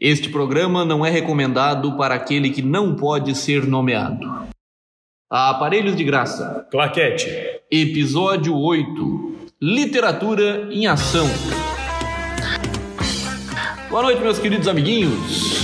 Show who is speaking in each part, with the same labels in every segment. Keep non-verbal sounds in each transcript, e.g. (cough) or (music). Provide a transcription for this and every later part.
Speaker 1: Este programa não é recomendado para aquele que não pode ser nomeado. Aparelhos de graça.
Speaker 2: Claquete.
Speaker 1: Episódio 8. Literatura em ação. Boa noite, meus queridos amiguinhos.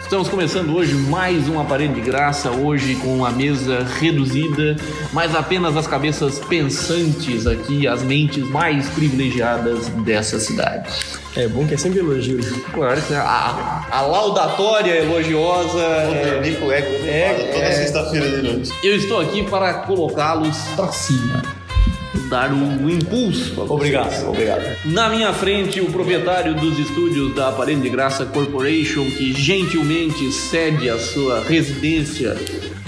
Speaker 1: Estamos começando hoje mais um aparelho de graça, hoje com a mesa reduzida, mas apenas as cabeças pensantes aqui, as mentes mais privilegiadas dessa cidade.
Speaker 2: É bom que é sempre elogio.
Speaker 1: Claro, isso é a, a laudatória elogiosa.
Speaker 3: É,
Speaker 1: é,
Speaker 3: Nico Eco
Speaker 1: É,
Speaker 3: é, toda
Speaker 1: é.
Speaker 3: sexta-feira de noite.
Speaker 1: eu estou aqui para colocá-los pra cima, dar um impulso. a
Speaker 2: Obrigado, obrigado.
Speaker 1: Na minha frente, o proprietário dos estúdios da Aparelho de Graça Corporation, que gentilmente cede a sua residência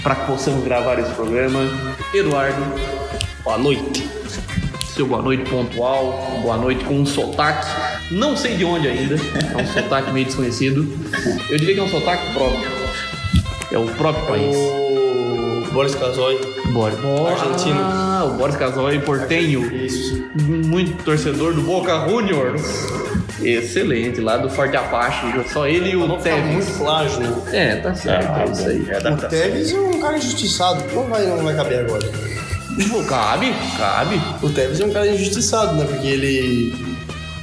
Speaker 1: para que possamos gravar esse programa, Eduardo. Boa noite. Seu boa noite pontual, boa noite com um sotaque, não sei de onde ainda, é um sotaque meio desconhecido. Eu diria que é um sotaque próprio, é o próprio país.
Speaker 2: O Boris Casoy.
Speaker 1: Boris.
Speaker 2: Argentino.
Speaker 1: Ah, o Boris Casoy, portenho
Speaker 2: Isso.
Speaker 1: muito torcedor do Boca Juniors. Excelente, lá do Forte Apache. Só ele e o
Speaker 2: Não fica
Speaker 1: Tevez.
Speaker 2: muito plágio.
Speaker 1: É, tá certo, é isso aí.
Speaker 2: É
Speaker 3: O Tevez é um cara injustiçado. Não vai, não vai caber agora.
Speaker 1: Pô, Cabe, cabe.
Speaker 3: O Tevez é um cara injustiçado, né? Porque ele.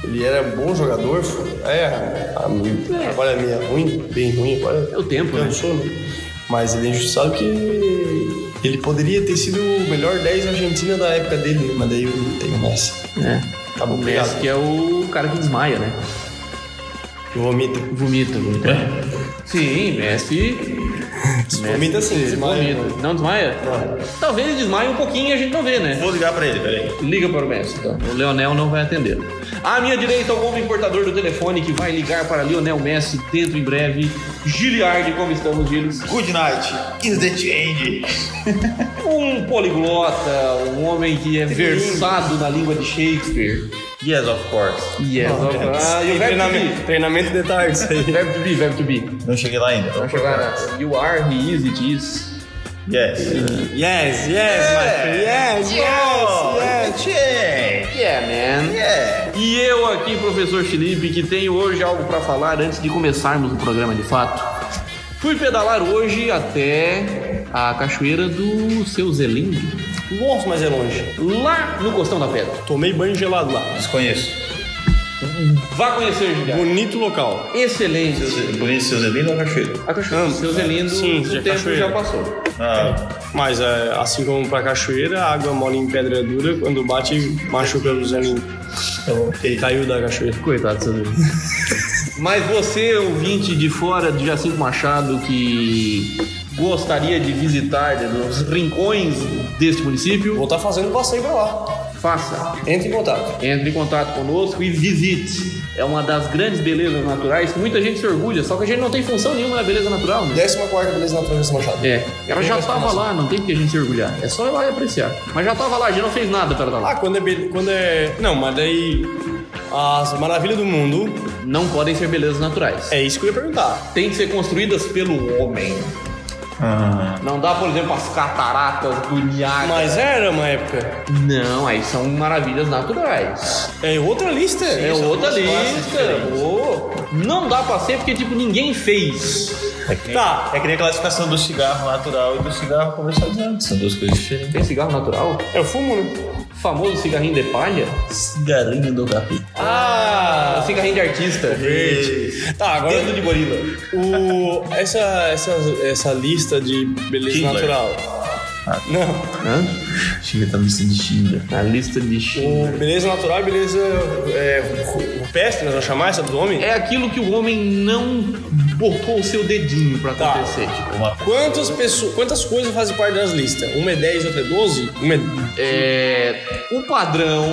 Speaker 3: Ele era um bom jogador. É, a- agora é meio ruim, bem ruim
Speaker 1: É
Speaker 3: agora.
Speaker 1: o tempo, né?
Speaker 3: Cansou, né? Mas ele é injustiçado porque ele poderia ter sido o melhor 10 argentino da época dele, né? mas daí eu tenho Messi.
Speaker 1: É.
Speaker 3: Tá bom,
Speaker 1: O Messi
Speaker 3: obrigado.
Speaker 1: que é o cara que desmaia, né?
Speaker 3: Que vomita.
Speaker 1: Vomita, vomita. Sim, Messi.
Speaker 3: Vomita sim, desmaia.
Speaker 1: Vomita. Não desmaia? Talvez ele desmaie um pouquinho e a gente não vê, né?
Speaker 2: Vou ligar pra ele, peraí.
Speaker 1: Liga para o Messi, então. O Leonel não vai atender. À minha direita, o homem portador do telefone que vai ligar para Lionel Messi dentro em breve. Giliardi, como estamos, Gilles?
Speaker 4: Good night is the change.
Speaker 1: Um poliglota, um homem que é versado na língua de Shakespeare.
Speaker 4: Yes, of course.
Speaker 1: Yes,
Speaker 3: é
Speaker 1: of Ah, e o verbo to
Speaker 2: treinamento,
Speaker 1: be.
Speaker 2: treinamento de tarde, isso aí.
Speaker 1: Verbo to be, verbo to be. Então,
Speaker 4: Não cheguei lá ainda.
Speaker 1: Vamos chegar na You are, he is, it is.
Speaker 4: Yes.
Speaker 2: Yes, yes, my friend, yes.
Speaker 4: Oh, yes. change.
Speaker 1: Yeah, man.
Speaker 4: Yeah.
Speaker 1: E eu aqui, professor Felipe, que tenho hoje algo para falar antes de começarmos o programa de fato. Fui pedalar hoje até a cachoeira do seu Zelindo,
Speaker 2: Nossa, mas é longe.
Speaker 1: lá no Costão da Pedra.
Speaker 2: Tomei banho gelado lá.
Speaker 4: Desconheço.
Speaker 1: Vá conhecer, Gilberto.
Speaker 2: Bonito local.
Speaker 1: Excelente.
Speaker 4: Bonito seu Zelino ou cachoeira?
Speaker 1: A cachoeira do seu Zelindo,
Speaker 2: sim,
Speaker 1: o
Speaker 2: já
Speaker 1: tempo
Speaker 2: cachoeira.
Speaker 1: já passou.
Speaker 4: Ah,
Speaker 2: Mas é, assim como pra cachoeira, a água mole em pedra dura, quando bate, machuca o Zé Lino.
Speaker 4: ok.
Speaker 2: Caiu da cachoeira.
Speaker 1: Coitado, seu Zelindo. Mas você, ouvinte de fora de Jacinto Machado, que gostaria de visitar os rincões deste município,
Speaker 2: Vou estar fazendo um passeio pra lá.
Speaker 1: faça.
Speaker 2: Entre em contato.
Speaker 1: Entre em contato conosco e visite. É uma das grandes belezas naturais que muita gente se orgulha, só que a gente não tem função nenhuma na beleza natural, né?
Speaker 3: 14 beleza na Travessa Machado.
Speaker 1: É, ela já estava lá, não tem porque a gente se orgulhar. É só ir lá e apreciar. Mas já estava lá, a gente não fez nada para estar lá.
Speaker 2: Ah, quando é, be- quando é. Não, mas daí. As maravilhas do mundo.
Speaker 1: Não podem ser belezas naturais.
Speaker 2: É isso que eu ia perguntar.
Speaker 1: Tem que ser construídas pelo homem.
Speaker 4: Ah,
Speaker 1: Não dá, por exemplo, as cataratas do Niágara.
Speaker 2: Mas era uma época.
Speaker 1: Não, aí são maravilhas naturais.
Speaker 2: É outra lista.
Speaker 1: É
Speaker 2: outra.
Speaker 1: outra
Speaker 4: classes
Speaker 1: lista. Ô, Não dá pra ser porque, tipo, ninguém fez.
Speaker 4: é que nem-
Speaker 2: Tá.
Speaker 4: É que nem a classificação do cigarro natural e do cigarro comercializado. São duas coisas diferentes.
Speaker 1: Tem cigarro natural?
Speaker 2: Eu fumo, né?
Speaker 1: O famoso cigarrinho de palha?
Speaker 4: Cigarrinho do capim.
Speaker 1: Ah, cigarrinho de artista.
Speaker 4: Verde.
Speaker 2: Tá, agora.
Speaker 1: Dedo de gorila.
Speaker 2: O, essa, essa, essa lista de beleza
Speaker 4: Schindler.
Speaker 2: natural.
Speaker 4: Ah.
Speaker 2: Não.
Speaker 1: Hã?
Speaker 4: Chega tá lista de Schindler.
Speaker 1: A lista de Schindler.
Speaker 2: O beleza natural e beleza é, rupestre, né, nós vamos chamar essa do homem?
Speaker 1: É aquilo que o homem não botou o seu dedinho pra
Speaker 2: Tá.
Speaker 1: acontecer.
Speaker 4: Uma
Speaker 2: Quantas, pessoas, quantas coisas fazem parte das listas? Uma é 10, outra é 12? Uma é,
Speaker 1: É, o padrão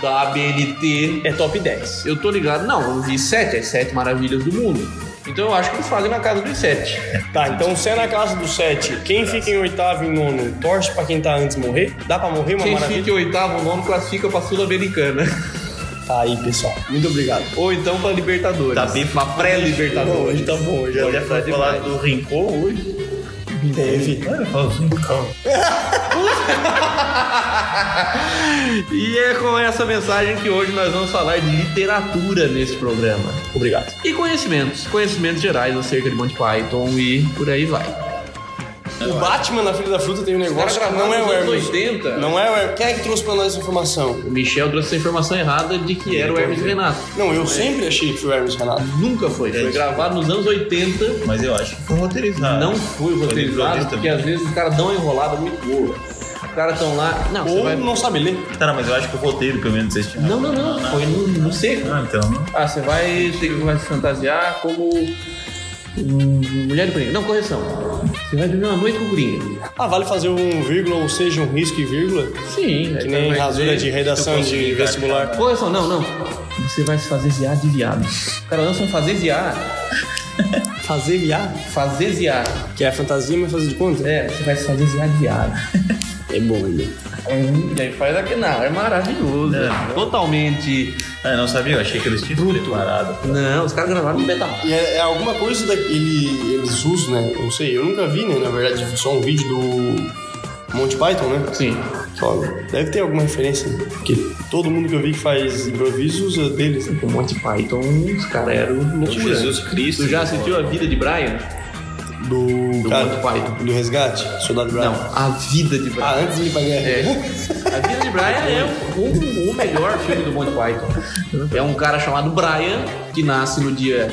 Speaker 1: da ABNT,
Speaker 2: é top 10.
Speaker 1: eu tô ligado, não, eu vi sete, as sete maravilhas do mundo. Então eu acho que eles fazem na casa dos sete.
Speaker 2: Tá, então se é na casa do 7, quem fica em oitavo e nono torce pra quem tá antes morrer? Dá pra morrer uma
Speaker 1: Quem
Speaker 2: maravilha?
Speaker 1: fica em oitavo, nono, classifica pra Sul-Americana. (laughs)
Speaker 2: Tá aí, pessoal. Muito obrigado.
Speaker 1: Ou então pra Libertadores. então
Speaker 4: Tá bem
Speaker 1: pra pré-Libertadores.
Speaker 2: hoje tá bom, hoje
Speaker 4: Olha pra falar do rincão hoje.
Speaker 2: teve.
Speaker 4: Olha, fala do rincão.
Speaker 1: Os (laughs) e é com essa mensagem que hoje nós vamos falar de literatura nesse programa.
Speaker 2: Obrigado.
Speaker 1: E conhecimentos, conhecimentos gerais acerca de Monty Python e por aí vai.
Speaker 2: O Batman na Filha da Fruta tem um negócio que não é o Hermes.
Speaker 1: 80.
Speaker 2: Não é o Hermes. Quem é que trouxe pra nós essa informação?
Speaker 1: O Michel trouxe essa informação errada de que era o Hermes Renato.
Speaker 2: Não, eu sempre achei que foi o Hermes Renato.
Speaker 1: Nunca foi. Foi gravado nos anos 80.
Speaker 4: Mas eu acho que foi roteirizado.
Speaker 1: Não fui roteirizado,
Speaker 4: roteirista
Speaker 1: porque
Speaker 4: mesmo.
Speaker 1: às vezes os caras dão uma enrolada muito boa. Os caras tão lá. Não, você
Speaker 2: Ou
Speaker 1: vai.
Speaker 2: não sabe ler.
Speaker 4: Cara, Tá, mas eu acho que o roteiro, pelo menos, vocês tinham.
Speaker 1: Não, não, não. Foi no, no seco.
Speaker 4: Ah, então. não.
Speaker 1: Ah, você vai, você vai se fantasiar como. hum, Mulher do Coringa. Não, correção. Você vai dormir uma noite com o Coringa.
Speaker 2: Ah, vale fazer um vírgula, ou seja, um risco e vírgula?
Speaker 1: Sim,
Speaker 2: Que
Speaker 1: aí
Speaker 2: nem
Speaker 1: vai
Speaker 2: rasura
Speaker 1: dizer-
Speaker 2: de redação de vestibular.
Speaker 1: Correção, não, não. Você vai se fazer ziar de viado. Cara, um não são fazer ziar.
Speaker 2: Fazer viado?
Speaker 1: Fazer ziar.
Speaker 2: Que é fantasia, mas fazer de conta?
Speaker 1: É, você vai se fazer ziar de viado.
Speaker 2: É bom, ele.
Speaker 1: E Hum, aí faz aqui. Não, é maravilhoso.
Speaker 4: É.
Speaker 1: Totalmente.
Speaker 4: Ah, eu não sabia, eu achei que eles tinham preparado.
Speaker 1: Não, os caras gravaram no Beta
Speaker 3: E é, é alguma coisa daquele. Eles usam, né? Eu Não sei, eu nunca vi, né? Na verdade, só um vídeo do Monty Python, né?
Speaker 1: Sim.
Speaker 3: Só- deve ter alguma referência. né? Porque todo mundo que eu vi que faz improviso usa deles. né?
Speaker 1: O Monty Python, os caras eram
Speaker 4: O
Speaker 1: loucura.
Speaker 4: Jesus Cristo.
Speaker 1: Tu já assistiu A Vida de Brian?
Speaker 3: Do,
Speaker 1: Do
Speaker 3: cara,
Speaker 1: Monty Python.
Speaker 3: Do resgate? Soldado Brown.
Speaker 1: A Vida de Brian.
Speaker 3: Ah, antes de ir pra guerra.
Speaker 1: É. A Vida de Brian é o, o melhor filme do Monty Python. É um cara chamado Brian, que nasce no dia.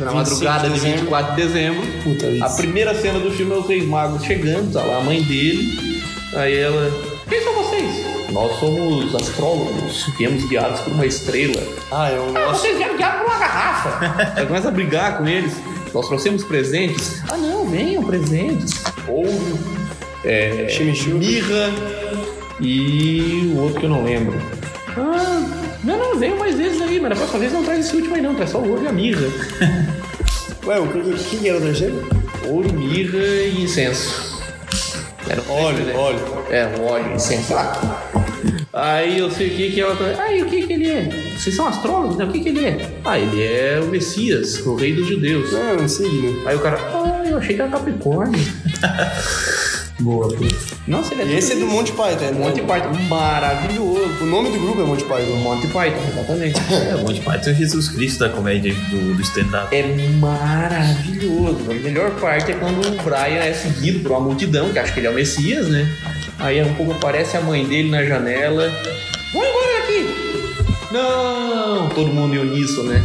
Speaker 1: Na
Speaker 3: 25
Speaker 1: madrugada de
Speaker 3: de dezembro.
Speaker 1: 24 de dezembro.
Speaker 3: Puta
Speaker 1: A
Speaker 3: vida.
Speaker 1: primeira cena do filme é os Reis Magos chegando, tá lá a mãe dele. Aí ela. Quem são vocês? Nós somos astrólogos, viemos guiados por uma estrela.
Speaker 3: Ah, é um
Speaker 1: Ah,
Speaker 3: negócio.
Speaker 1: vocês vieram guiados por uma garrafa. Aí começa a brigar com eles. Nós trouxemos presentes. Ah, não, venham, presentes. Ouro, é,
Speaker 2: Chimichurri.
Speaker 1: mirra e o outro que eu não lembro. Ah, não, não, venham mais vezes aí, mas na próxima vez não traz esse último aí não, traz só o ouro e a mirra.
Speaker 3: Ué, o que, o que era o terceiro?
Speaker 1: Ouro, mirra e incenso. Era um
Speaker 3: Óleo,
Speaker 1: presente.
Speaker 3: óleo.
Speaker 1: É, um óleo, incenso. lá. Aí eu sei o que que ela tá. Aí o que que ele é? Vocês são astrólogos, né? O que que ele é? Ah, ele é o Messias, o rei dos judeus.
Speaker 3: Ah, não sei, né?
Speaker 1: Aí o cara, ah, eu achei que era Capricórnio. (laughs) Boa, pô. Nossa, ele é
Speaker 3: E esse é do
Speaker 1: tudo
Speaker 3: Monty Python, é
Speaker 1: isso. Monty Python. Maravilhoso.
Speaker 3: O nome do grupo é Monty Python.
Speaker 1: Monty Python,
Speaker 3: (laughs)
Speaker 1: exatamente.
Speaker 4: É, o Monty Python é o Jesus Cristo da comédia do, do stand-up.
Speaker 1: É maravilhoso. A melhor parte é quando o Brian é seguido por uma multidão, que acha que ele é o Messias, né? Aí um pouco aparece a mãe dele na janela. Vão embora daqui! Não! Todo mundo em uníssono, né?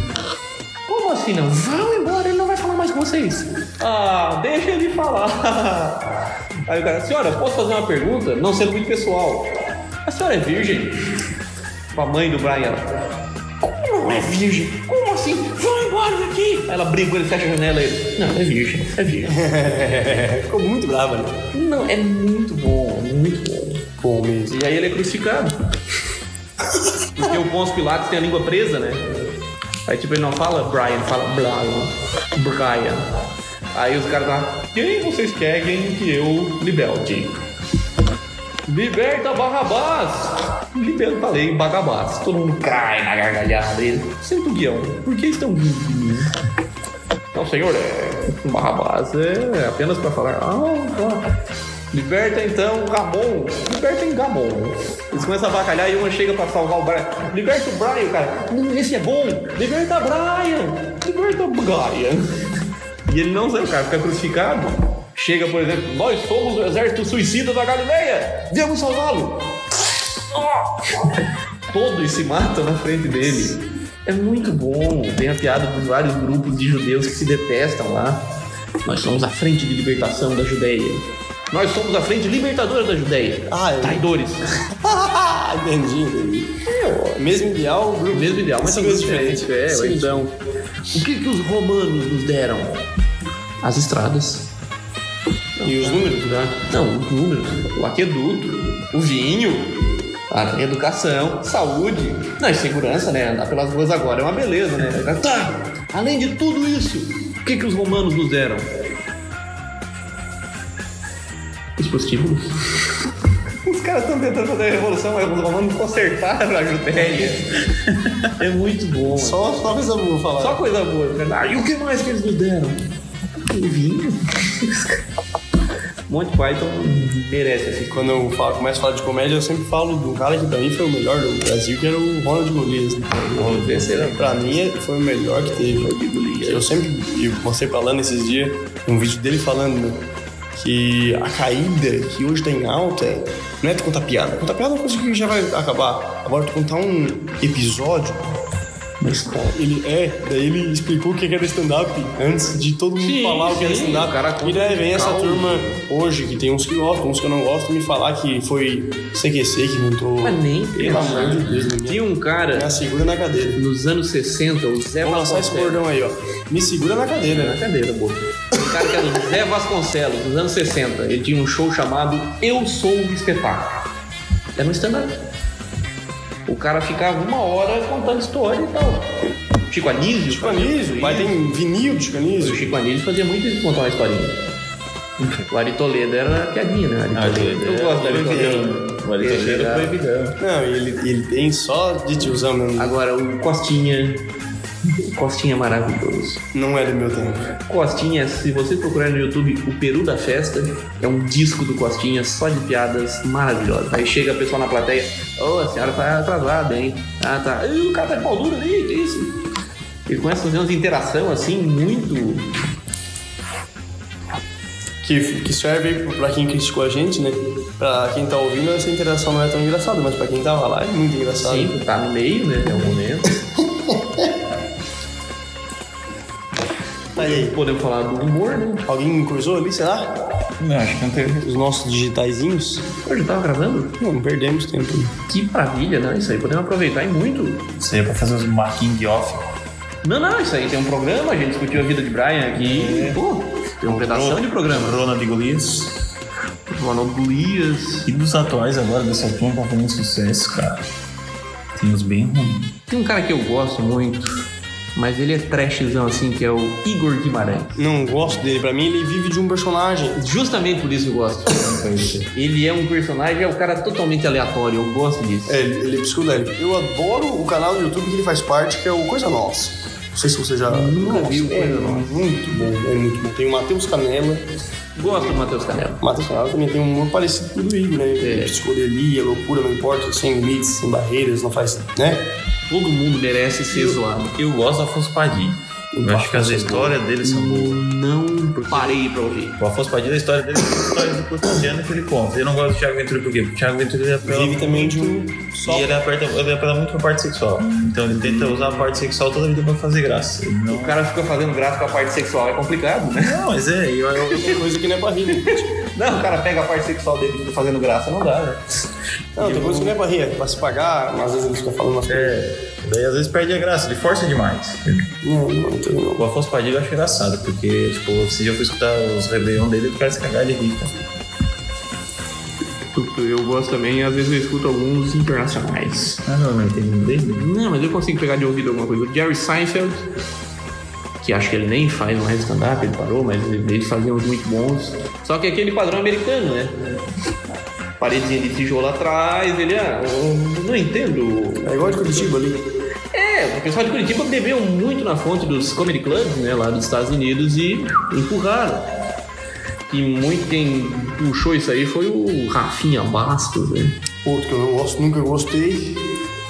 Speaker 1: Como assim não? Vão embora, ele não vai falar mais com vocês. Ah, deixa ele falar. Aí o cara, senhora, posso fazer uma pergunta? Não sendo muito pessoal. A senhora é virgem? Com a mãe do Brian. Como não é virgem? Como assim? Vão embora daqui! Aí ela briga, ele fecha a janela e ele. Não, é virgem, é virgem.
Speaker 3: É, Ficou muito brava, né?
Speaker 1: não, é muito bom, é muito bom.
Speaker 3: Bom mesmo.
Speaker 1: E aí ele é crucificado. Porque o Pôncio Pilatos tem a língua presa, né? Aí tipo, ele não fala Brian, fala Brian. Brian. Aí os caras lá, quem vocês querem que eu liberte? Liberta Barrabás! Libertarei Barrabás. Todo mundo cai na gargalhada dele. Senta o guião, por que estão rindo de mim? Não, senhor, é... Barrabás é apenas pra falar. Ah, tá. Liberta então Gamon. Liberta em Gamon. Eles começam a bacalhar e uma chega pra salvar o Brian. Liberta o Brian, cara. Hum, Esse é bom. Liberta Brian. Liberta Brian. E ele não sai, o cara fica crucificado. Chega, por exemplo, nós somos o exército suicida da Galileia. Viemos salvá-lo. Todos se matam na frente dele. É muito bom. Tem a piada dos vários grupos de judeus que se detestam lá. Nós somos a frente de libertação da Judéia. Nós somos a frente libertadora da Judéia.
Speaker 3: Ah, eu-
Speaker 1: Traidores.
Speaker 3: (laughs) entendi, entendi. É, Mesmo ideal, o grupo.
Speaker 1: Mesmo ideal, mas são coisas diferentes.
Speaker 3: Siglas
Speaker 1: É,
Speaker 3: diferentes.
Speaker 1: ou
Speaker 3: Siglas
Speaker 1: então, o que, que os romanos nos deram? As estradas.
Speaker 3: E os números?
Speaker 1: né? Não, os números, o aqueduto, o vinho, a educação, saúde, não, e segurança, né? Andar pelas ruas agora é uma beleza, (laughs) né? Tá, além de tudo isso, o que, que os romanos nos deram? Os prostíbulos. Os caras estão tentando fazer a revolução, mas os romanos consertaram a Judéia. (laughs) É muito bom. Só,
Speaker 3: Só, só coisa boa falar.
Speaker 1: só coisa né? Um boa, cara. Ah, e o que mais que eles nos deram? O vinho.
Speaker 3: Um
Speaker 1: Monty Python merece assim.
Speaker 3: Quando eu falo, começo a falar de comédia, eu sempre falo do cara que pra mim foi o melhor do Brasil, que era o Ronald Golias. né?
Speaker 1: Vamos ver se ele-
Speaker 3: Pra mim foi o melhor que teve. Eu sempre eu mostrei pra Lana esses dias um vídeo dele falando que a caída que hoje tá em alta não é tu contar piada. Contar piada é uma coisa que já vai acabar. Agora tu contar um episódio. Mas ele é, daí ele explicou o que era stand-up antes de todo mundo
Speaker 1: Sim,
Speaker 3: falar o que era
Speaker 1: sim, o
Speaker 3: stand-up.
Speaker 1: cara conta
Speaker 3: E daí vem
Speaker 1: com
Speaker 3: essa
Speaker 1: calma.
Speaker 3: turma hoje que tem uns que gostam, uns que eu não gosto, me falar que foi CQC que inventou.
Speaker 1: Mas nem
Speaker 3: Pelo amor de Deus, minha-
Speaker 1: Tinha um
Speaker 3: minha
Speaker 1: cara
Speaker 3: segura na cadeira.
Speaker 1: nos anos 60, o Zé
Speaker 3: Vamos lançar esse
Speaker 1: Vasconcelos.
Speaker 3: bordão aí, ó. Me segura na cadeira,
Speaker 1: Na
Speaker 3: né?
Speaker 1: cadeira, boa. O Um cara que era o Zé Vasconcelos, dos anos 60. Ele tinha um show chamado Eu Sou o Espetáculo. Era um stand-up. O cara ficava uma hora contando história e tal. Chico Anísio.
Speaker 3: Chico Anísio, mas tem vinil de Chico
Speaker 1: O
Speaker 3: Anísio.
Speaker 1: Chico Anísio fazia muito isso, contar uma historinha. O Ari Toledo era piadinha, né? Ari Toledo. Eu gosto da Ari Toledo. Ele chegava-
Speaker 4: proibidão.
Speaker 3: Não, ele, ele tem só de tiozão mesmo.
Speaker 1: Agora, o Costinha. o Costinha é maravilhoso.
Speaker 3: Não é do meu tempo.
Speaker 1: Costinha, se você procurar no YouTube o Peru da Festa, é um disco do Costinha só de piadas maravilhosas. Aí chega a pessoa na plateia, ô, a senhora tá atrasada, hein? Ah, tá. Ih, o cara tá de pau duro ali, que isso? Ele começa a fazer umas interação assim, muito.
Speaker 3: Que, que serve pra quem criticou a gente, né? Pra quem tá ouvindo, essa interação não é tão engraçada, mas pra quem tava lá é muito engraçado.
Speaker 1: Sim, tá no meio, né? É o (laughs) momento.
Speaker 3: Aí,
Speaker 1: Podemos falar do humor, né?
Speaker 3: alguém cruzou ali, será?
Speaker 4: Não, acho que não teve.
Speaker 3: Os nossos digitaizinhos?
Speaker 1: Pô, já tava gravando?
Speaker 3: Não, perdemos tempo.
Speaker 1: Que maravilha, né? Isso aí podemos aproveitar e muito.
Speaker 4: Seria é pra fazer os marking off.
Speaker 1: Não, não, isso aí tem um programa, a gente discutiu a vida de Brian aqui. Pô, tem uma
Speaker 4: Tá
Speaker 1: redação de programa.
Speaker 4: Ronald Golias.
Speaker 1: Ronald Golias.
Speaker 4: E dos atuais agora, dessa turma, tá fazendo sucesso, cara. Tem uns bem ruins.
Speaker 1: Tem um cara que eu gosto muito, mas ele é trashzão assim, que é o Igor Guimarães.
Speaker 3: Não gosto dele, pra mim ele vive de um personagem.
Speaker 1: Justamente por isso eu gosto. ele é um personagem, é um cara totalmente aleatório, eu gosto disso.
Speaker 3: É, ele, ele é psicodélico. Eu adoro o canal do YouTube que ele faz parte, que é o Coisa Nossa. Não sei se você já
Speaker 1: Nunca
Speaker 3: Nossa,
Speaker 1: vi o Coisa
Speaker 3: é
Speaker 1: Nossa.
Speaker 3: Muito bom, é muito bom. Tem o Matheus Canela.
Speaker 1: Gosto do Matheus Canela.
Speaker 3: O Matheus Canela também tem um humor parecido com o do Igor, né?
Speaker 1: É.
Speaker 3: Psicodelia, loucura, não importa, sem limites, sem barreiras, não faz. né?
Speaker 1: Todo mundo merece ser zoado.
Speaker 4: Eu gosto do Afonso Padilha. Eu acho que as histórias dele são boas.
Speaker 1: Não parei pra ouvir.
Speaker 4: O Afonso Padilha, a história dele é a história do cotidiano que ele conta. Eu não gosto do Thiago Ventura por quê? Porque o Thiago Ventura ele apela
Speaker 3: Vive também de um.
Speaker 4: E ele, aperta, ele apela muito pra parte sexual. Então ele tenta usar a parte sexual toda a vida pra fazer graça. Ele não...
Speaker 1: O cara fica fazendo graça com a parte sexual, é complicado, né?
Speaker 4: não, mas é, eu, eu,
Speaker 3: Tem coisa que não é barriga.
Speaker 1: Não, o cara pega a parte sexual dele e fica fazendo graça, não dá, né?
Speaker 3: Não, tem coisa que não é barriga. Pra se pagar, às vezes ele fica falando umas coisas.
Speaker 4: É, daí às vezes perde a graça, ele força demais.
Speaker 3: Não, não, não, não.
Speaker 4: O Afonso Padilha eu acho engraçado, porque, tipo, esse dia eu fui escutar os rebeliões dele, ele parece cagar de rir. cara.
Speaker 1: Eu gosto também, às vezes eu escuto alguns internacionais.
Speaker 4: Ah, não, não entendi dele.
Speaker 1: Não, mas eu consigo pegar de ouvido alguma coisa. O Jerry Seinfeld, que acho que ele nem faz mais stand-up, ele parou, mas ele ele fazia uns muito bons. Só que é aquele padrão americano, né? Paredezinha de tijolo atrás, ele, ah, eu não entendo.
Speaker 3: É igual de Curitiba ali.
Speaker 1: É, o pessoal de Curitiba bebeu muito na fonte dos comedy clubs, né, lá dos Estados Unidos e empurraram. E muito quem puxou isso aí foi o Rafinha Bastos, né?
Speaker 3: Outro que eu não gosto, nunca gostei.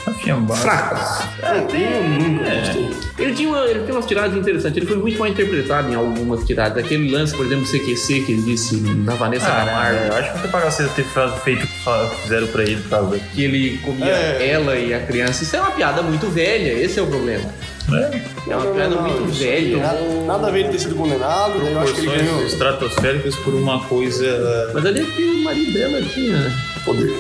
Speaker 4: Rafinha Bastos.
Speaker 1: Fraco.
Speaker 3: Não, eu nunca gostei.
Speaker 1: Ele tinha, uma- ele tinha umas tiradas interessantes, ele foi muito mal interpretado em algumas tiradas. Aquele lance, por exemplo, do CQC que ele disse na Vanessa
Speaker 4: Ah,
Speaker 1: Camargo,
Speaker 4: é, eu acho que não tem pagaceta ter frase feito o que fa- fizeram pra ele por causa dele.
Speaker 1: que ele comia
Speaker 3: É.
Speaker 1: ela e a criança. Isso é uma piada muito velha, esse é o problema.
Speaker 4: É,
Speaker 1: É uma piada muito
Speaker 3: isso
Speaker 1: velha.
Speaker 3: não tem Nada, nada a ver ele ter sido condenado, daí eu acho que ele
Speaker 4: Proporções
Speaker 3: ganhou
Speaker 4: estratosféricas por uma coisa.
Speaker 1: Mas ali é que o marido dela tinha. né?
Speaker 3: poder.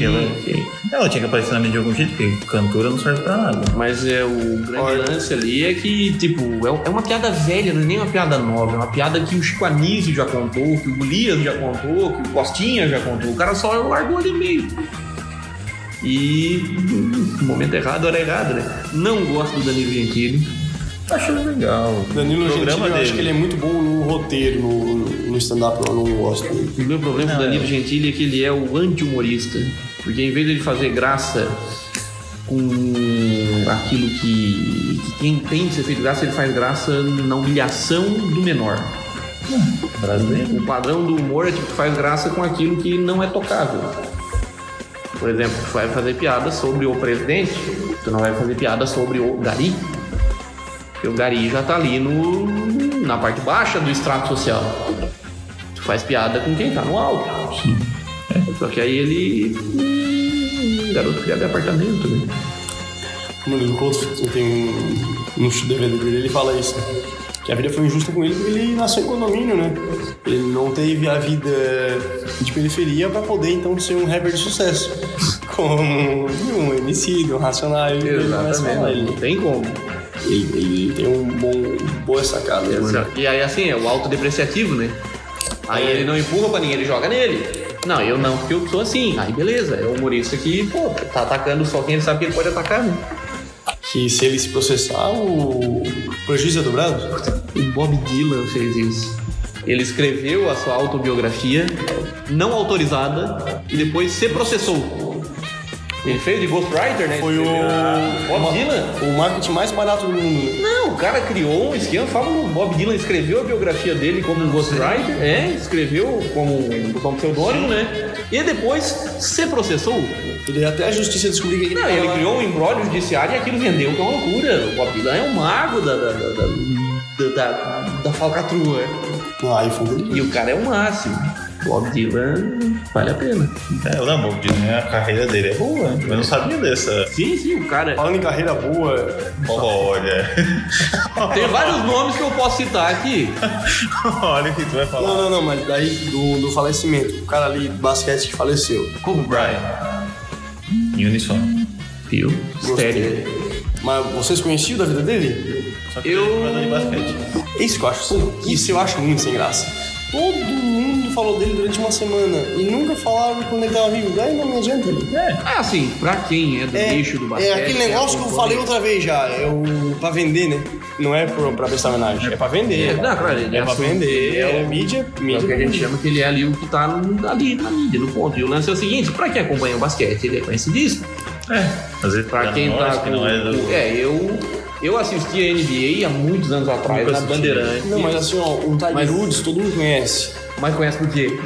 Speaker 4: Ela-
Speaker 1: enfim.
Speaker 4: Ela tinha que aparecer na mídia de algum jeito, porque cantora não serve pra nada.
Speaker 1: Mas é o grande
Speaker 3: Olha.
Speaker 1: lance ali é que, tipo, é, um- é uma piada velha, não é nem uma piada nova. É uma piada que o Chico Anísio já contou, que o Golias já contou, que o Costinha já contou. O cara só largou ali no meio. E hum, momento errado, hora errada, né? Não gosto do Danilo Gentili.
Speaker 4: Acho legal.
Speaker 3: Danilo
Speaker 4: O
Speaker 3: Gentili,
Speaker 4: programa
Speaker 3: eu acho que ele
Speaker 4: dele.
Speaker 3: é muito bom no roteiro, no, no stand-up, eu não gosto.
Speaker 1: O meu problema com o Danilo Gentili é que ele é o anti-humorista. Porque em vez de ele fazer graça com aquilo que, que quem tem de ser feito graça, ele faz graça na humilhação do menor.
Speaker 4: Brasileiro.
Speaker 1: O padrão do humor é que tu faz graça com aquilo que não é tocável. Por exemplo, tu vai fazer piada sobre o presidente, tu não vai fazer piada sobre o Gari. Porque o Gari já tá ali no, na parte baixa do extrato social. Tu faz piada com quem tá no alto. Só que aí ele. hum, Garoto criado de apartamento, né?
Speaker 3: Mano, do Couto tem um, um DVD dele, ele fala isso. Que a vida foi injusta com ele porque ele nasceu em condomínio, né? Ele não teve a vida de periferia pra poder, então, ser um rapper de sucesso. (laughs) Como um MC, um Racionais, ele começa a falar.
Speaker 1: Não
Speaker 3: Ele,
Speaker 1: tem como.
Speaker 3: ele, ele tem um bom, boa sacada. né, mano?
Speaker 1: E aí assim, é o autodepreciativo, né? Aí ele não empurra pra ninguém, ele joga nele. Não, eu não, porque eu sou assim. Aí beleza, é o humorista que, pô, tá atacando só quem ele sabe que ele pode atacar, né?
Speaker 3: Que se ele se processar, o prejuízo é dobrado.
Speaker 1: O Bob Dylan fez isso. Ele escreveu a sua autobiografia, não autorizada, e depois se processou. Ele fez de ghostwriter, né?
Speaker 3: Foi o-
Speaker 1: Escreveu- Ah, Bob Dylan?
Speaker 3: O marketing mais barato do mundo.
Speaker 1: Não, o cara criou um esquema fabuloso. Bob Dylan escreveu a biografia dele como um ghostwriter, é, escreveu como um como pseudônimo, né? E depois se processou.
Speaker 3: Ele até a justiça descobriu que ele
Speaker 1: Não,
Speaker 3: tava
Speaker 1: ele
Speaker 3: lá.
Speaker 1: criou um embrólio judiciário e aquilo vendeu, que é uma loucura. O Bob Dylan é um mago da, da, da, da, da- da falcatrua.
Speaker 3: No um iPhone dele.
Speaker 1: E o cara é o máximo. Bob Dylan vale a pena.
Speaker 4: É, eu não, Bob Dylan, a carreira dele é boa, né? Eu não sabia dessa.
Speaker 1: Sim, sim, o cara. (laughs)
Speaker 3: Falando em carreira boa,
Speaker 4: Olha.
Speaker 1: Tem vários nomes que eu posso citar aqui.
Speaker 4: (laughs) Olha o que tu vai falar.
Speaker 3: Não, não, não, mas daí do, do falecimento. O cara ali, do basquete, que faleceu.
Speaker 4: Kobe Bryant. Em unissono.
Speaker 1: Viu? Sério.
Speaker 3: Mas vocês conheciam da vida dele?
Speaker 4: Só que
Speaker 1: Eu-
Speaker 4: ele é jogador de basquete.
Speaker 3: É Isso que eu acho. Isso eu acho muito sem graça. Todo mundo falou dele durante uma semana e nunca falaram quando ele tava vivo. Daí não adianta.
Speaker 4: É.
Speaker 1: Ah, sim, pra quem é do lixo do basquete. né?
Speaker 3: é aquele negócio que eu falei outra vez já. É o pra vender, né? Não é pro, pra prestar homenagem. É pra vender.
Speaker 1: É, não, claro, ele
Speaker 3: é pra
Speaker 1: assume-
Speaker 3: vender.
Speaker 1: é
Speaker 3: É
Speaker 1: o-
Speaker 3: mídia.
Speaker 1: É o que a gente
Speaker 3: mídia.
Speaker 1: chama que ele é ali o que tá no- ali na mídia, no ponto. E o lance é o seguinte, pra quem acompanha o basquete, ele é conhecidíssimo.
Speaker 4: É. Às vezes
Speaker 1: Pra
Speaker 4: tá
Speaker 1: quem
Speaker 4: no
Speaker 1: tá
Speaker 4: norte, que
Speaker 1: com...
Speaker 4: não é do...
Speaker 1: É, eu... Eu assisti a NBA há muitos anos atrás,
Speaker 4: Nunca
Speaker 1: na
Speaker 4: assisti.
Speaker 1: Bandeirante.
Speaker 3: Não, mas assim, ó, o Tiger
Speaker 1: Mas-
Speaker 3: Woods todo mundo conhece.
Speaker 1: Mas conhece por quê?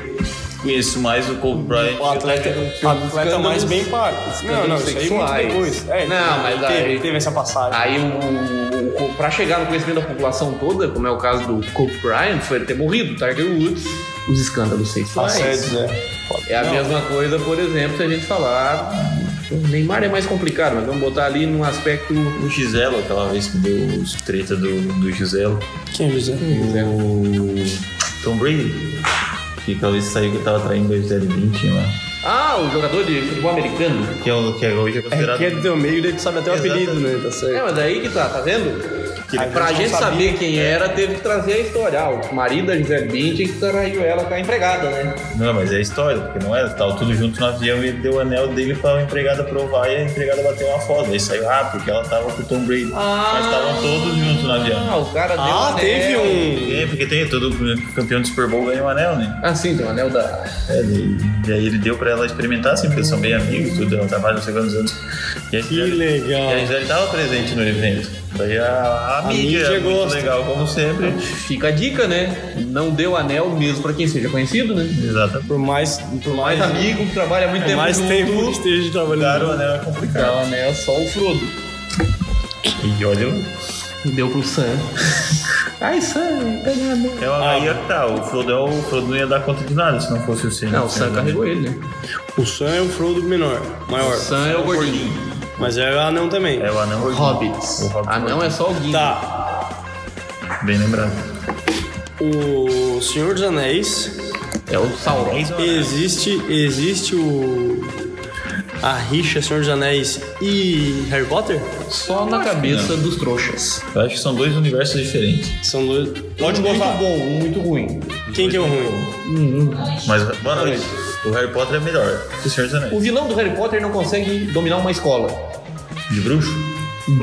Speaker 4: Conheço mais o Kobe Bryant.
Speaker 3: O atleta, o atleta
Speaker 1: escândalos-
Speaker 3: mais bem pago. Não, não, isso aí muito
Speaker 1: sexuais.
Speaker 3: depois. É,
Speaker 1: Não, mas
Speaker 3: teve,
Speaker 1: aí-
Speaker 3: teve essa passagem.
Speaker 1: Aí, o, o- pra chegar no conhecimento da população toda, como é o caso do Kobe Bryant, foi ele ter morrido, Tiger Woods, os escândalos sexuais.
Speaker 3: Assédios, é.
Speaker 1: É a
Speaker 3: Não,
Speaker 1: mesma coisa, por exemplo, se a gente falar. O Neymar é mais complicado, mas vamos botar ali num aspecto.
Speaker 4: O Giselo, aquela vez que deu os treta do, do Giselo.
Speaker 3: Quem é José?
Speaker 4: O Tom Brady. Que talvez saiu que tava traindo dois dele 20, lá.
Speaker 1: Ah, o jogador de futebol americano.
Speaker 4: Que é o que é hoje é
Speaker 3: É
Speaker 4: considerado.
Speaker 3: que é do teu meio, ele sabe até o
Speaker 4: Exatamente.
Speaker 3: apelido, né? Tá
Speaker 1: É,
Speaker 3: certo.
Speaker 1: mas daí que tá, tá vendo? pra
Speaker 3: a gente não
Speaker 1: gente
Speaker 3: sabia.
Speaker 1: saber quem era, teve que trazer a história. Ah, o marido da Gisele Bündchen que traiu ela com a empregada, né?
Speaker 4: Não, mas é história, porque não era. Tava tudo junto no avião e ele deu o anel dele pra empregada provar e a empregada bateu uma foto. Aí saiu, ah, porque ela tava com o Tom Brady. Mas estavam todos juntos no avião.
Speaker 1: Ah, o cara deu
Speaker 3: Ah,
Speaker 1: anel.
Speaker 3: teve um.
Speaker 4: É, porque tem todo campeão do Super Bowl ganha um anel, né?
Speaker 1: Ah, sim, tem o anel da.
Speaker 4: É, daí, daí ele deu pra ela experimentar, assim, porque eles são bem amigos e tudo, ela trabalha não sei quantos anos. E a
Speaker 3: Que
Speaker 4: Gisele-
Speaker 3: legal.
Speaker 4: e a Gisele tava presente no evento. Daí a, a amiga,
Speaker 3: mídia assim.
Speaker 4: é muito
Speaker 3: gosta.
Speaker 4: legal, como sempre.
Speaker 1: Fica a dica, né? Não deu anel mesmo pra quem seja conhecido, né?
Speaker 4: Exatamente.
Speaker 3: Por mais. Por mais,
Speaker 1: Mais amigo, que trabalha muito
Speaker 3: por
Speaker 1: tempo
Speaker 3: É mais
Speaker 1: junto.
Speaker 3: tempo que esteja
Speaker 4: Claro, o
Speaker 2: né?
Speaker 3: trabalhando.
Speaker 4: anel é complicado.
Speaker 1: Dá o anel só o Frodo.
Speaker 4: E olha,
Speaker 1: Deu pro Sam. (laughs) Ai, Sam, ganhou anel.
Speaker 4: é
Speaker 3: Ah,
Speaker 4: uma, aí é que tá, o Frodo, é o o Frodo não ia dar conta de nada se não fosse o Sam.
Speaker 1: Não, É, o Sam carregou ele, né?
Speaker 3: O Sam é o Frodo menor, maior.
Speaker 1: O Sam é o gordinho.
Speaker 3: Mas é o anão também.
Speaker 4: É o anão gordinho.
Speaker 1: Hobbits.
Speaker 4: O Hobbit.
Speaker 1: Ah, não, é só o Gimli.
Speaker 3: Tá.
Speaker 4: Bem lembrado.
Speaker 3: O Senhor dos Anéis.
Speaker 1: É o Sauron.
Speaker 4: Eis o anel.
Speaker 3: Existe. Existe o. A rixa Senhor dos Anéis e Harry Potter?
Speaker 1: Só na cabeça dos trouxas.
Speaker 4: Eu acho que são dois universos diferentes.
Speaker 3: São dois. Pode
Speaker 1: muito
Speaker 3: gostar.
Speaker 1: bom, um muito ruim.
Speaker 3: Quem que é o ruim?
Speaker 4: Mas, boa noite. O Harry Potter é melhor que o Senhor dos
Speaker 1: O
Speaker 4: Anéis.
Speaker 1: vilão do Harry Potter não consegue dominar uma escola.
Speaker 4: De bruxo?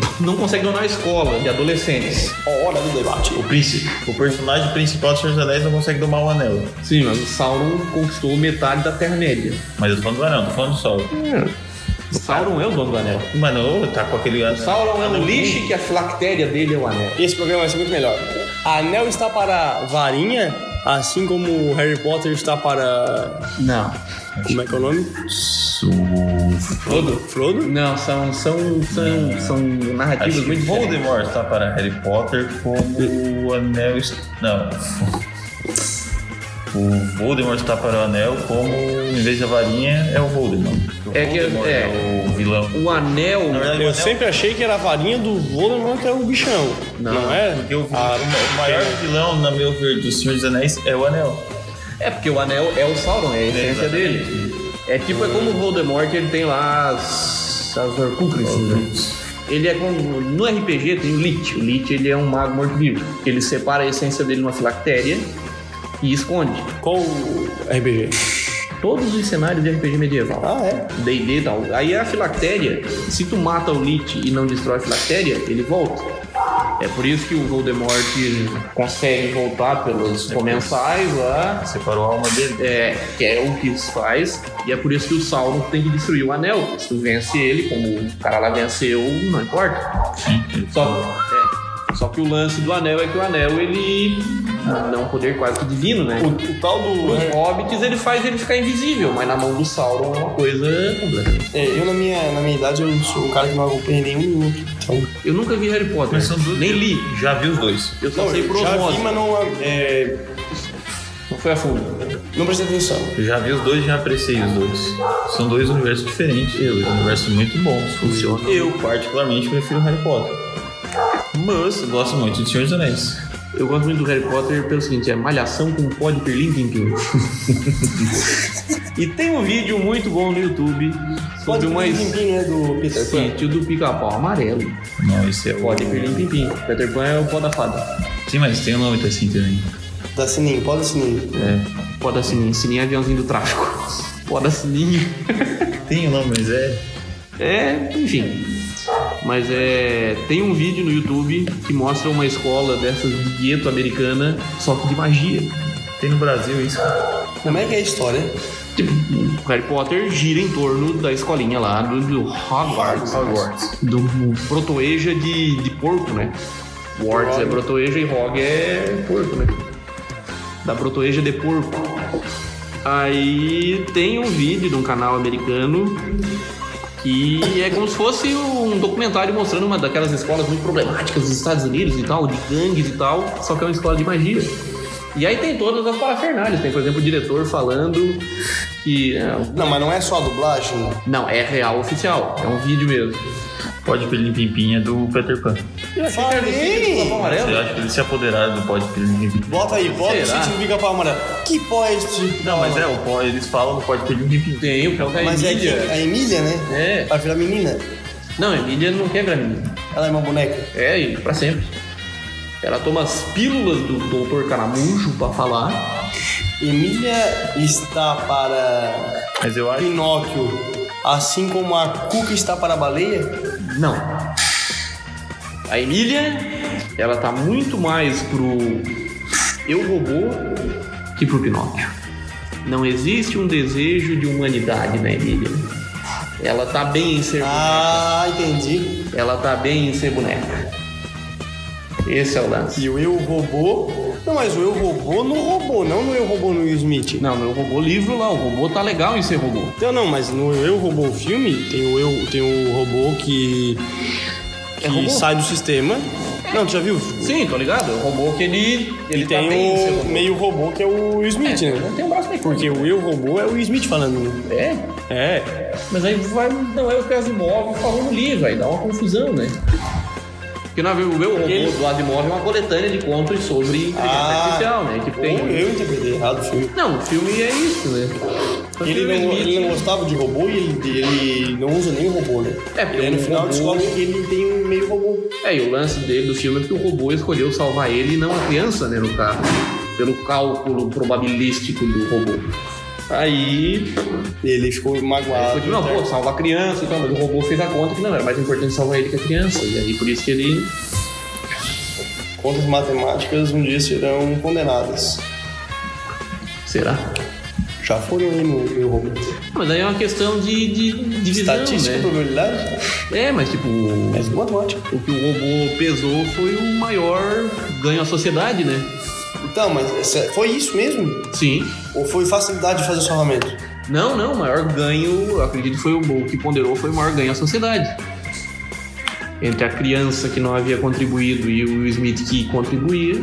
Speaker 1: (laughs) Não consegue dominar uma escola de adolescentes.
Speaker 3: Hora do debate.
Speaker 4: O príncipe. O personagem principal do Senhor dos Anéis não consegue domar o anel.
Speaker 1: Sim, mas o Sauron conquistou metade da Terra-média.
Speaker 4: Mas eu tô falando do anel, tô falando do sol.
Speaker 1: O Sauron é o dono do anel.
Speaker 4: Mano, tá com aquele anel.
Speaker 1: O Sauron é um lixo que a filactéria dele é o anel.
Speaker 3: Esse programa vai ser muito melhor. Anel está para varinha
Speaker 2: Assim como o Harry Potter está para.
Speaker 1: Não.
Speaker 2: Como é que é o nome?
Speaker 1: Todo?
Speaker 2: Frodo?
Speaker 1: Não, são, são, são, são narrativas
Speaker 4: Acho que
Speaker 1: muito diferentes.
Speaker 4: Voldemort está para Harry Potter como o anel. est- Não. (laughs) O Voldemort está para o anel como, em vez da varinha, é o Voldemort. O
Speaker 1: É que-
Speaker 4: Voldemort
Speaker 1: é.
Speaker 4: o vilão.
Speaker 1: O anel.
Speaker 4: Na verdade, o
Speaker 2: Eu
Speaker 4: anel-
Speaker 2: sempre achei que era a varinha do Voldemort que é o bichão. Não, é?
Speaker 4: porque o,
Speaker 2: Ah,
Speaker 4: o maior vilão, na meu ver, do Senhor dos Anéis é o anel.
Speaker 1: É porque o anel é o Sauron, é a essência
Speaker 4: exatamente.
Speaker 1: dele. É tipo, é como o Voldemort, ele tem lá as, as Horcruxes, né? Ele é como. No RPG tem o Lich. O Lich ele é um mago morto-vivo. Ele separa a essência dele numa filactéria e esconde.
Speaker 2: Qual o RPG?
Speaker 1: Todos os cenários de RPG medieval.
Speaker 2: Ah, é?
Speaker 1: D&D e tal. Aí a filactéria, se tu mata o Lich e não destrói a filactéria, ele volta. É por isso que o Voldemort É consegue voltar pelos comensais lá.
Speaker 4: Separou a alma dele.
Speaker 1: É, que é o que isso faz, e é por isso que o Sauron tem que destruir o anel. porque Se tu vence ele, como o cara lá venceu, não importa.
Speaker 4: Então,
Speaker 1: Só, é, só que o lance do anel é que o anel ele dá um poder quase que divino, né?
Speaker 2: O, o tal do.
Speaker 1: Os hobbits ele faz ele ficar invisível, mas na mão do Sauron é uma coisa completamente.
Speaker 3: É, eu, na minha, na minha idade, eu sou um cara que não acompanha nenhum outro. Então,
Speaker 1: Eu nunca vi Harry Potter, né?
Speaker 4: Mas são duas-
Speaker 1: nem li.
Speaker 4: Já vi os dois.
Speaker 1: Eu só
Speaker 3: Não,
Speaker 1: sei por
Speaker 3: já
Speaker 1: osmose.
Speaker 3: vi, mas não, é,
Speaker 1: Não foi a fundo.
Speaker 3: não prestei atenção.
Speaker 4: Eu já vi os dois e já apreciei os dois. São dois universos diferentes, dois universos é muito bons. Funciona. Eu, particularmente, prefiro Harry Potter. Mas eu gosto muito de Senhor dos Anéis.
Speaker 1: Eu gosto muito do Harry Potter pelo seguinte, é malhação com pó de perlim pim (laughs) pim. E tem um vídeo muito bom no YouTube sobre uma
Speaker 3: Pode ter um tempinho, né, do Peter Pan.
Speaker 1: sítio do pica-pau amarelo.
Speaker 4: Não, esse é o.
Speaker 1: Pó de perlim pim pim. Peter Pan é o pó da fada.
Speaker 4: Sim, mas tem um nome assim também.
Speaker 3: Da Sininho, pode dar Sininho.
Speaker 4: É.
Speaker 1: Pó da sininho. Sininho é aviãozinho do tráfico. Pó da sininho.
Speaker 4: Tem o nome, mas é.
Speaker 1: (laughs) É, enfim. Mas é. Tem um vídeo no YouTube que mostra uma escola dessas de gueto americana, só que de magia.
Speaker 4: Tem no Brasil isso.
Speaker 3: Como é que é a história?
Speaker 1: Tipo, o Harry Potter gira em torno da escolinha lá do, do Hogwarts.
Speaker 4: Hogwarts.
Speaker 1: Do protoeja de, de porco, né? Warts é protoeja e Hog é porco, né? Da protoeja de porco. Aí tem um vídeo de um canal americano que é como se fosse um documentário mostrando uma daquelas escolas muito problemáticas dos Estados Unidos e tal, de gangues e tal, só que é uma escola de magia. E aí tem todas as parafernálias, tem por exemplo o diretor falando que. é,
Speaker 3: Não, mas não é só a dublagem.
Speaker 1: Não, é real oficial, é um vídeo mesmo.
Speaker 4: Pode Pilim Pimpinha do Peter Pan.
Speaker 3: Falei!
Speaker 4: Você
Speaker 1: Amarelo?
Speaker 4: acha que eles se apoderaram do Pode Pilim Pimpinha?
Speaker 3: Bota aí, bota o
Speaker 1: Será?
Speaker 3: sítio do pica-pau amarelo. Que pó é esse?
Speaker 4: Não, mas é, o pó, eles falam do Pode Pilim Pimpinha.
Speaker 1: Tem, o Pelca
Speaker 3: Mas é que a Emília, né?
Speaker 1: É.
Speaker 3: Vai virar menina.
Speaker 1: Não, Emília não quebra menina.
Speaker 3: Ela é uma boneca.
Speaker 1: É, e pra sempre. Ela toma as pílulas do Dr. Caramujo pra falar.
Speaker 3: Emília está para
Speaker 4: Mas eu acho.
Speaker 3: Pinóquio, assim como a Cuca está para a baleia.
Speaker 1: Não. A Emília, ela tá muito mais pro eu robô que pro Pinóquio. Não existe um desejo de humanidade na Emília. Ela tá bem em ser
Speaker 3: Ah, entendi.
Speaker 1: boneca. Ela tá bem em ser boneca. Esse é o lance.
Speaker 3: E o eu robô. Não, mas o eu robô no robô, não no eu robô no Will Smith.
Speaker 1: Não, meu robô livro lá, o robô tá legal em ser robô.
Speaker 3: Não, não, mas no Eu Robô filme tem o eu, tem o robô que, que
Speaker 1: robô?
Speaker 3: sai do sistema. Não, tu já viu?
Speaker 1: Sim, tô ligado. O robô que ele. Ele
Speaker 3: E tem
Speaker 1: tá bem em ser
Speaker 3: o
Speaker 1: robô.
Speaker 3: meio robô que é o Will Smith,
Speaker 1: É,
Speaker 3: né?
Speaker 1: tem um braço meio
Speaker 3: Porque o eu robô é o Will Smith falando.
Speaker 1: É,
Speaker 3: É.
Speaker 1: mas aí vai, não é o caso imóvel falando ali, vai dar uma confusão, né? Porque na verdade o meu robô do lado imóvel é uma coletânea de contos sobre inteligência
Speaker 3: Ah.
Speaker 1: artificial, né? Que
Speaker 3: Ou
Speaker 1: tem.
Speaker 3: eu interpretei errado o filme.
Speaker 1: Não, o filme é isso, né? Só que
Speaker 3: Ele
Speaker 1: o
Speaker 3: não,
Speaker 1: Smith-
Speaker 3: ele não gostava de robô e ele, ele não usa nem o robô, né?
Speaker 1: É, porque
Speaker 3: Ele no
Speaker 1: o
Speaker 3: final
Speaker 1: robô-
Speaker 3: descobre que ele tem um meio robô.
Speaker 1: É, e o lance dele do filme é que o robô escolheu salvar ele e não a criança, né, no caso. Pelo cálculo probabilístico do robô. Aí
Speaker 3: Ele ficou
Speaker 1: Aí
Speaker 3: magoado.
Speaker 1: foi tipo, não, pô, salva a criança e tal, mas o robô fez a conta que não, era mais importante salvar ele que a criança. E aí por isso que ele.
Speaker 3: Contas matemáticas um dia serão condenadas.
Speaker 1: Será?
Speaker 3: Já foram aí no meu robô.
Speaker 1: Ah, Mas aí é uma questão de, de, de visão,
Speaker 3: Estatística,
Speaker 1: né?
Speaker 3: probabilidade?
Speaker 1: É, mas tipo,
Speaker 3: Mas matemática.
Speaker 1: o que o robô pesou foi o maior ganho à sociedade, né?
Speaker 3: Então, mas essa- foi isso mesmo?
Speaker 1: Sim.
Speaker 3: Ou foi facilidade de fazer o salvamento?
Speaker 1: Não, não, o maior ganho, eu acredito que foi o, o que ponderou foi o maior ganho à sociedade. Entre a criança que não havia contribuído e o Will Smith que contribuía,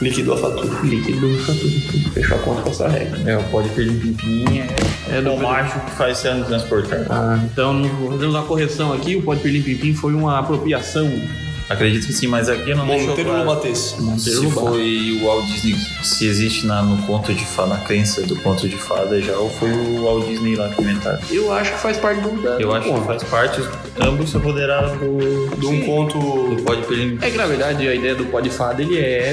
Speaker 3: Liquidou a fatura.
Speaker 1: líquido tudo. Fechou a conta com essa regra.
Speaker 4: É, o pode perder um pimpinha.
Speaker 1: É
Speaker 4: É
Speaker 1: do
Speaker 4: do macho que faz sendo transportado.
Speaker 1: Ah, então, fazemos uma correção aqui, o Pode Perlim Pimpim foi uma apropriação.
Speaker 4: Acredito que sim, mas aqui não deixou
Speaker 3: Monteiro
Speaker 4: claro.
Speaker 3: Lobatês.
Speaker 4: Se
Speaker 1: Monteiro Lobato.
Speaker 4: foi o Walt Disney, se existe na, no conto de fada, na crença do conto de fada já, ou foi o Walt Disney lá que inventaram?
Speaker 1: Eu acho que faz parte do. Da,
Speaker 4: Eu
Speaker 1: do
Speaker 4: acho que
Speaker 1: ponto.
Speaker 4: faz parte, ambos se apoderaram do,
Speaker 3: De um conto.
Speaker 4: do Pode Pelim.
Speaker 1: É que na verdade a ideia do pó de fada ele é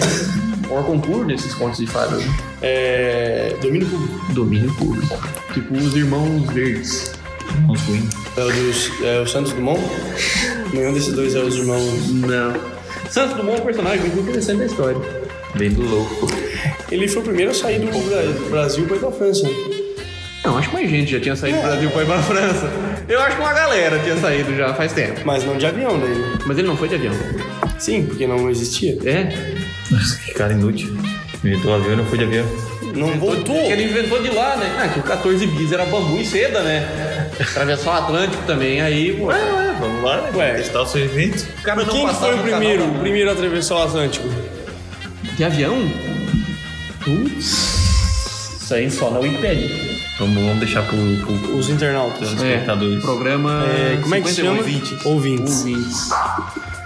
Speaker 1: maior concurso nesses contos de fada. né?
Speaker 3: É, domínio público.
Speaker 1: Domínio público. Tipo os irmãos verdes.
Speaker 4: Não fui.
Speaker 3: É o, dos, é o Santos Dumont? Nenhum desses dois é os irmãos.
Speaker 1: Não. Santos Dumont é um personagem muito interessante da história.
Speaker 4: Bem do louco. (laughs)
Speaker 3: Ele foi o primeiro a sair do Bra- do Brasil para ir pra França.
Speaker 1: Não, acho que mais gente já tinha saído do Brasil pra ir pra França. Eu acho que uma galera tinha saído já faz tempo.
Speaker 3: Mas não de avião daí. né?
Speaker 1: Mas ele não foi de avião.
Speaker 3: Sim, porque não existia.
Speaker 1: É?
Speaker 4: Nossa, que cara inútil. Inventou o avião e não foi de avião.
Speaker 3: Não voltou.
Speaker 1: Porque ele inventou de lá, né? Ah, que o 14 bis era bambu e seda, né? Atravessou o Atlântico também, aí, pô.
Speaker 4: Ué, vamos lá, né?
Speaker 3: Ué.
Speaker 4: Testar o seu evento.
Speaker 1: O cara não
Speaker 3: Quem que
Speaker 1: passava
Speaker 3: foi o
Speaker 1: no canal
Speaker 3: primeiro?
Speaker 1: da-
Speaker 3: O primeiro a atravessar o Atlântico?
Speaker 1: De avião? Putz. Isso aí só na Wikipedia.
Speaker 4: Vamos, vamos deixar pro, pro,
Speaker 3: Os internautas.
Speaker 4: pros
Speaker 1: É,
Speaker 4: espectadores.
Speaker 1: programa.
Speaker 3: É, como é que se
Speaker 1: 51
Speaker 3: chama?
Speaker 1: Ouvintes.
Speaker 3: Ouvintes.
Speaker 1: Ouvintes.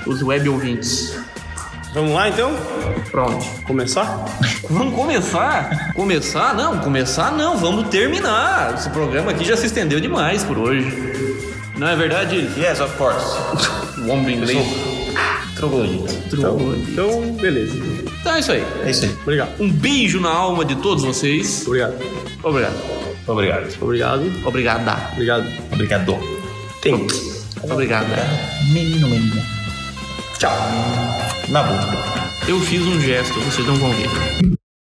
Speaker 1: Os web ouvintes.
Speaker 3: Vamos lá então?
Speaker 1: Pronto.
Speaker 3: Começar?
Speaker 1: Vamos começar? Começar? Não, começar não. Vamos terminar. Esse programa aqui já se estendeu demais por hoje. Não é verdade?
Speaker 4: Yes, of course.
Speaker 1: O homem do inglês.
Speaker 4: Troglodito.
Speaker 1: Então,
Speaker 3: Então, beleza.
Speaker 1: então é isso aí.
Speaker 4: É isso aí.
Speaker 3: Obrigado.
Speaker 1: Um beijo na alma de todos vocês.
Speaker 3: Obrigado.
Speaker 1: Obrigado.
Speaker 4: Obrigado.
Speaker 3: Obrigado.
Speaker 1: Obrigada.
Speaker 3: Obrigado.
Speaker 4: Obrigado.
Speaker 3: Tem.
Speaker 1: Obrigada.
Speaker 4: Menino, menina. Tchau. Na boca.
Speaker 1: Eu fiz um gesto, vocês não vão ver.